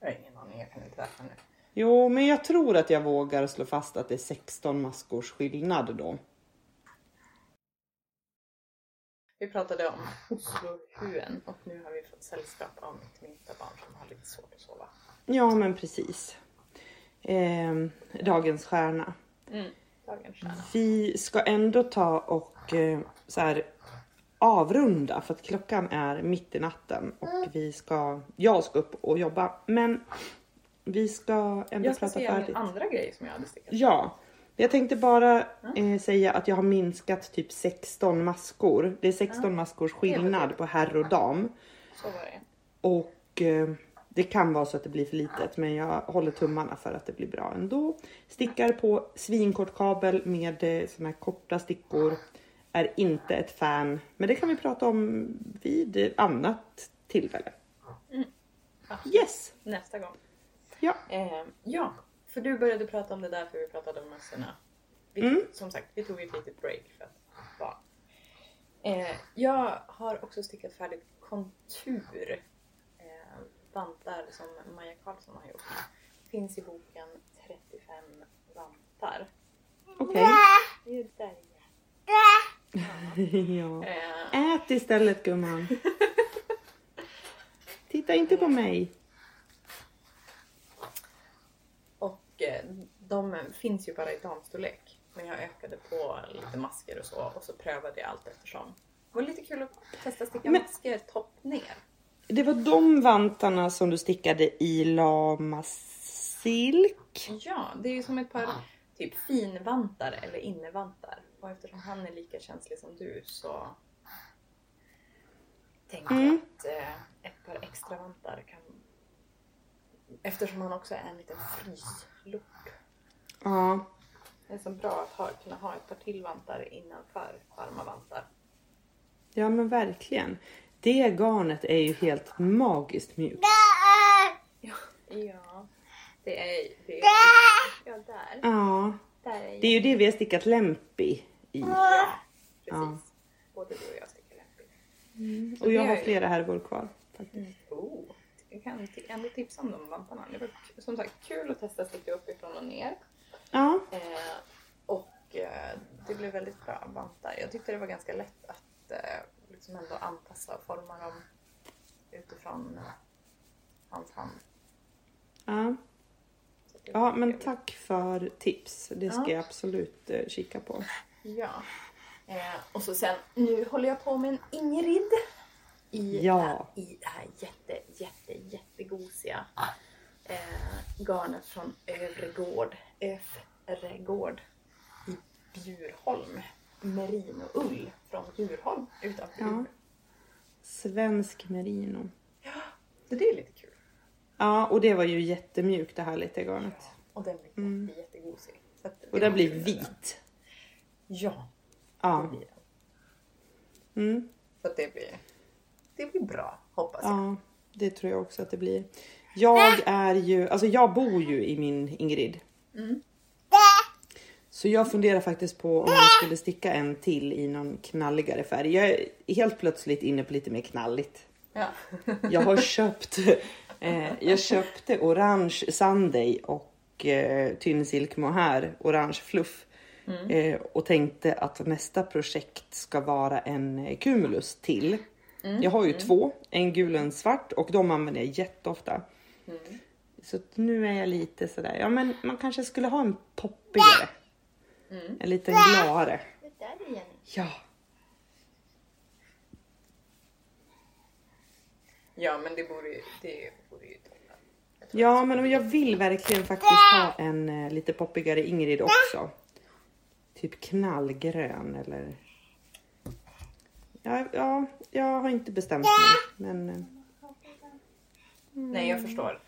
Jag har ingen aning, jag kan inte räkna nu. Jo, men jag tror att jag vågar slå fast att det är 16 maskors skillnad då. Vi pratade om Oslohuen och nu har vi fått sällskap av mitt minsta barn som har lite svårt att sova. Ja, men precis. Ehm, dagens stjärna. Mm. Dagens stjärna. Vi ska ändå ta och eh, så här, avrunda för att klockan är mitt i natten Mm. och vi ska, jag ska upp och jobba. Men vi ska ändå Jag ska prata se om färdigt. andra grejer som jag hade stickat. Ja, jag tänkte bara Mm. eh, säga att jag har minskat typ 16 maskor. Det är 16 Mm. maskors skillnad på herr och dam. Så var det. Och eh, det kan vara så att det blir för litet men jag håller tummarna för att det blir bra ändå. Stickar på svinkort kabel med eh, såna här korta stickor. Är inte ett fan, men det kan vi prata om vid eh, annat tillfälle. Yes! Nästa gång. Ja. Eh, ja, för du började prata om det där för vi pratade om mössorna. Vi, Mm. Som sagt, vi tog ett litet break för att barn. Eh, jag har också stickat färdigt kontur. Eh, vantar som Maja Karlsson har gjort. Finns i boken 35 vantar. Okej. Det är ju där. ja. Eh, Ät istället gumman. Titta inte på mig. Och eh, de finns ju bara i damstorlek. Men jag ökade på lite masker och så och så prövade jag allt eftersom. Det var lite kul att testa sticka Men- masker topp ner. Det var de vantarna som du stickade i lama silk. Ja, det är ju som ett par Ah. typ finvantar eller innevantar. Och eftersom han är lika känslig som du så tänker Mm. jag att eh, ett par extra vantar kan... Eftersom han också är en liten fryslort. Ja, Det är så bra att ha, kunna ha ett par till vantar innanför varma vantar. ja men verkligen. Det garnet är ju helt magiskt mjukt. Ja, det är... Det är ja, där. Ja, Där är det är ju det vi har stickat lämpi i. Ja, precis. Ja. Både du och jag sticker läppigt. Och jag har flera härvor kvar. Oh, jag kan t- ändå tipsa om de vantarna. Det var k- som sagt kul att testa sticka uppifrån och ner. Ja, Eh, och eh, det blev väldigt bra vantar. Jag tyckte det var ganska lätt att eh, liksom ändå anpassa och forma dem utifrån eh, hans hand. ja. Så det ja var men trevligt. tack för tips. Det ska Ja. jag absolut eh, kika på. Ja. Eh, och så sen, nu håller jag på med en Ingrid. I, Ja. i det här jätte, jätte, jättegosiga eh, garnet från Övregård. Öfregård i Bjurholm. Merinoull från Bjurholm utanför Ja. Umeå. Svensk merino. Så det är lite kul. Ja, och det var ju jättemjukt det härliga garnet. Och den blir Mm. jätte, jättegosig. Så att det Och den var blir kul. vit. Ja, det Ja. blir den. Mm. Så att det blir, det blir bra hoppas jag. Ja, det tror jag också att det blir. Jag är ju, alltså jag bor ju i min Ingrid. Mm. Så jag funderar faktiskt på om jag skulle sticka en till i någon knalligare färg. Jag är helt plötsligt inne på lite mer knalligt. Ja. Jag har köpt, eh, jag köpte orange Sunday och eh, tynn silk mohair, orange fluff. Eh, och tänkte att nästa projekt ska vara en eh, cumulus till. Jag har ju två, en gul och en svart och de använder jag jätteofta. Så att nu är jag lite sådär, ja men man kanske skulle ha en poppigare. En liten gladare. Det där är Jenny. Ja. Ja, men det vore ju, det vore ju toppen. Ja, men jag vill verkligen faktiskt ha en eh, lite poppigare Ingrid också. Typ knallgrön eller... Ja, ja, jag har inte bestämt mig. Men eh, Nej, jag förstår.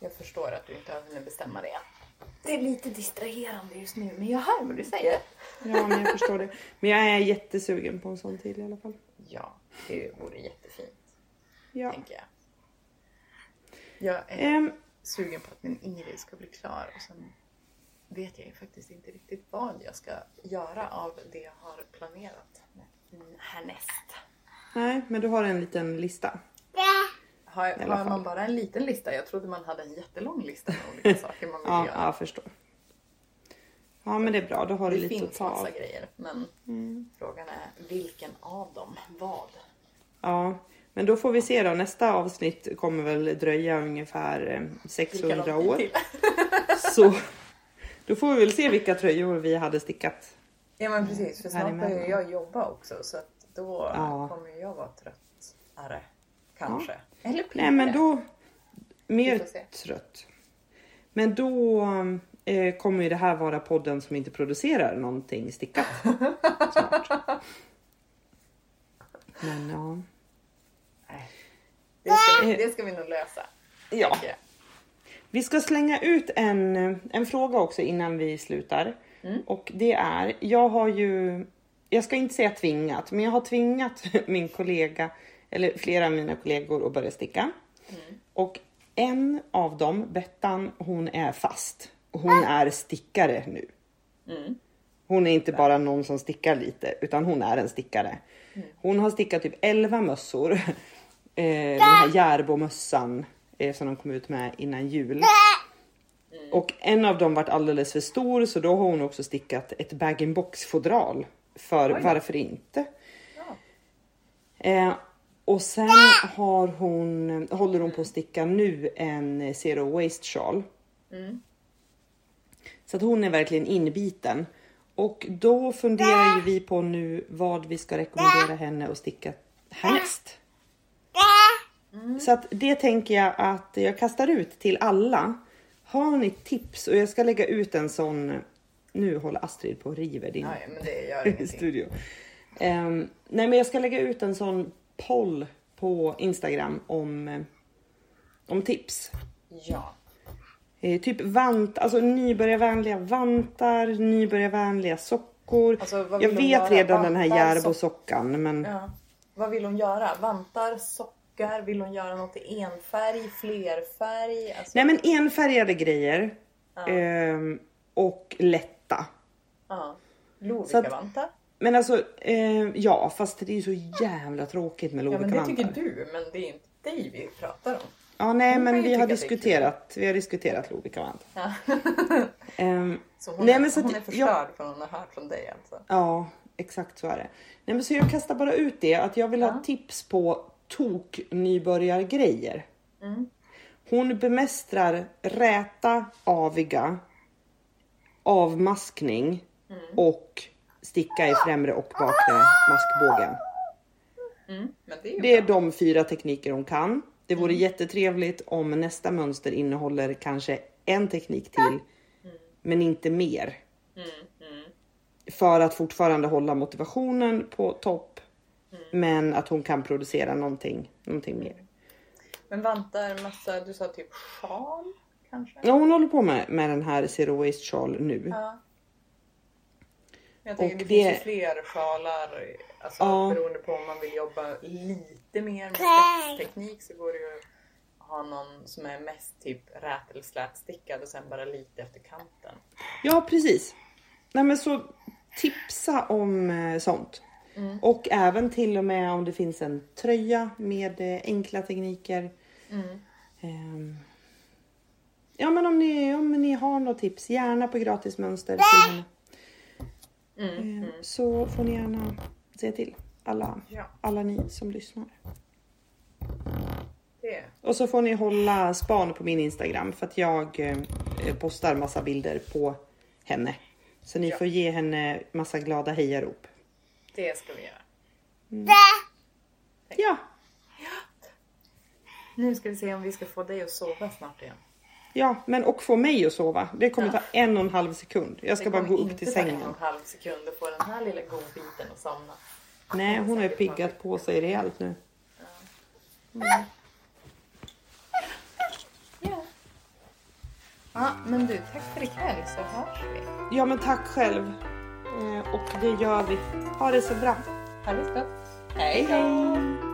Jag förstår att du inte har hunnit bestämma det än. Det är lite distraherande just nu, men jag hör vad du säger. ja, men jag förstår det. Men jag är jättesugen på en sån till i alla fall. Ja, det vore jättefint, Ja. tänker jag. Jag är Ehm, sugen på att min Ingrid ska bli klar och sen vet jag ju faktiskt inte riktigt vad jag ska göra av det jag har planerat härnäst. nej, men du har en liten lista. Har, alla har fall. man bara en liten lista? Jag trodde man hade en jättelång lista med olika saker man vill Ja, göra. ja jag förstår. Ja men det är bra, då har du Det lite att finns ta av. Mm. massa grejer, men frågan är vilken av dem? Vad? Ja, men då får vi se då. Nästa avsnitt kommer väl dröja ungefär eh, Vilka 600 de- år. Så då får vi väl se vilka tröjor vi hade stickat. Ja men precis, för snart Häremellan. börjar jag jobba också så att då Ja. kommer ju jag vara tröttare. Kanske. Eller Nej men då... Vi Mer får se. trött. Men då eh, kommer ju det här vara podden som inte producerar någonting stickat. Snart. Men ja. Nej. Det ska, vi, det ska vi nog lösa. Ja. tycker jag. Vi ska slänga ut en, en fråga också innan vi slutar. Och det är, jag har ju, jag ska inte säga tvingat, men jag har tvingat min kollega, eller flera av mina kollegor att börja sticka. Och en av dem, Bettan, hon är fast. Hon är stickare nu. Hon är inte bara någon som stickar lite, utan hon är en stickare. Hon har stickat typ 11 mössor. Eh, den här Järbomössan eh, som de kom ut med innan jul. Och en av dem vart alldeles för stor så då har hon också stickat ett bag-in-box fodral. För varför inte? Eh, och sen har hon, håller hon på att sticka nu en zero waste shawl. Så att hon är verkligen inbiten. Och då funderar ju vi på nu vad vi ska rekommendera henne att sticka härnäst. Så att det tänker jag att jag kastar ut till alla. Har ni tips? Och jag ska lägga ut en sån. Nu håller Astrid på och river din Nej, men det gör i ingenting. studio. Ehm, nej men jag ska lägga ut en sån poll på Instagram om, eh, om tips. Ja. Eh, typ vant, alltså nybörjarvänliga vantar, nybörjarvänliga sockor. Alltså, vad jag vill de vet göra? redan den här Vantar, Järbosockan men ja. Vad vill hon göra? Vantar, sockar? Vill hon göra något i enfärg, flerfärg? Alltså, Nej men enfärgade grejer. Ehm, och lätta. Ja. Så att- Lovikkavantar? Men alltså, eh, ja fast det är ju så jävla tråkigt med Ja men det lovikavantar. tycker du, men det är inte dig vi pratar om. Ja nej Hon men kan ju vi har tycka att det är kul. diskuterat, vi har diskuterat lovikavantar. Ja. Ehm, Så hon, Nej, är, men så att hon är jag- förstörd för hon har hört från dig alltså. Ja, exakt så är det. Nej, men så jag kastar bara ut det att jag vill ha tips på tok nybörjargrejer. Mm. Hon bemästrar räta, aviga, avmaskning Mm. och sticka i främre och bakre maskbågen. Men det är ju Det är de fyra tekniker hon kan. Det vore jättetrevligt om nästa mönster innehåller kanske en teknik till, men inte mer. För att fortfarande hålla motivationen på topp, men att hon kan producera någonting, någonting mer. Men vantar massa, du sa typ sjal kanske? Ja, hon håller på med, med den här Zero Waste Shawl nu. Ja. Jag tänker, Och det, det- finns ju fler sjalar. Alltså, Ja. Beroende på om man vill jobba lite mer med spetsteknik så går det ju att ha någon som är mest typ rät eller slätstickad och sen bara lite efter kanten. Ja, precis. Nej, men så tipsa om eh, sånt. Och även till och med om det finns en tröja med eh, enkla tekniker. Ehm, Ja, men om ni, om ni har något tips, gärna på gratismönster till henne. Mm. Ehm, Så får ni gärna säga till alla, Ja. alla ni som lyssnar. Det. Och så får ni hålla span på min Instagram för att jag eh, postar massa bilder på henne. Så ni Ja. får ge henne massa glada hejarop. Det ska vi göra. Ja, Nu ska vi se om vi ska få dig att sova snart igen. ja, men och få mig att sova. Det kommer ta en och en halv sekund. Jag ska Det bara kommer gå upp till inte ta en sängen. och en halv sekund att få den här lilla godbiten att somna. Nej, hon har ju säkert ta en piggat på sig rejält nu. Ja. Ja, men du, tack för ikväll så hörs vi. Ja, men tack själv. Eh, Och det gör vi. Ha det så bra. Ha det så gott. Hej då! Hej.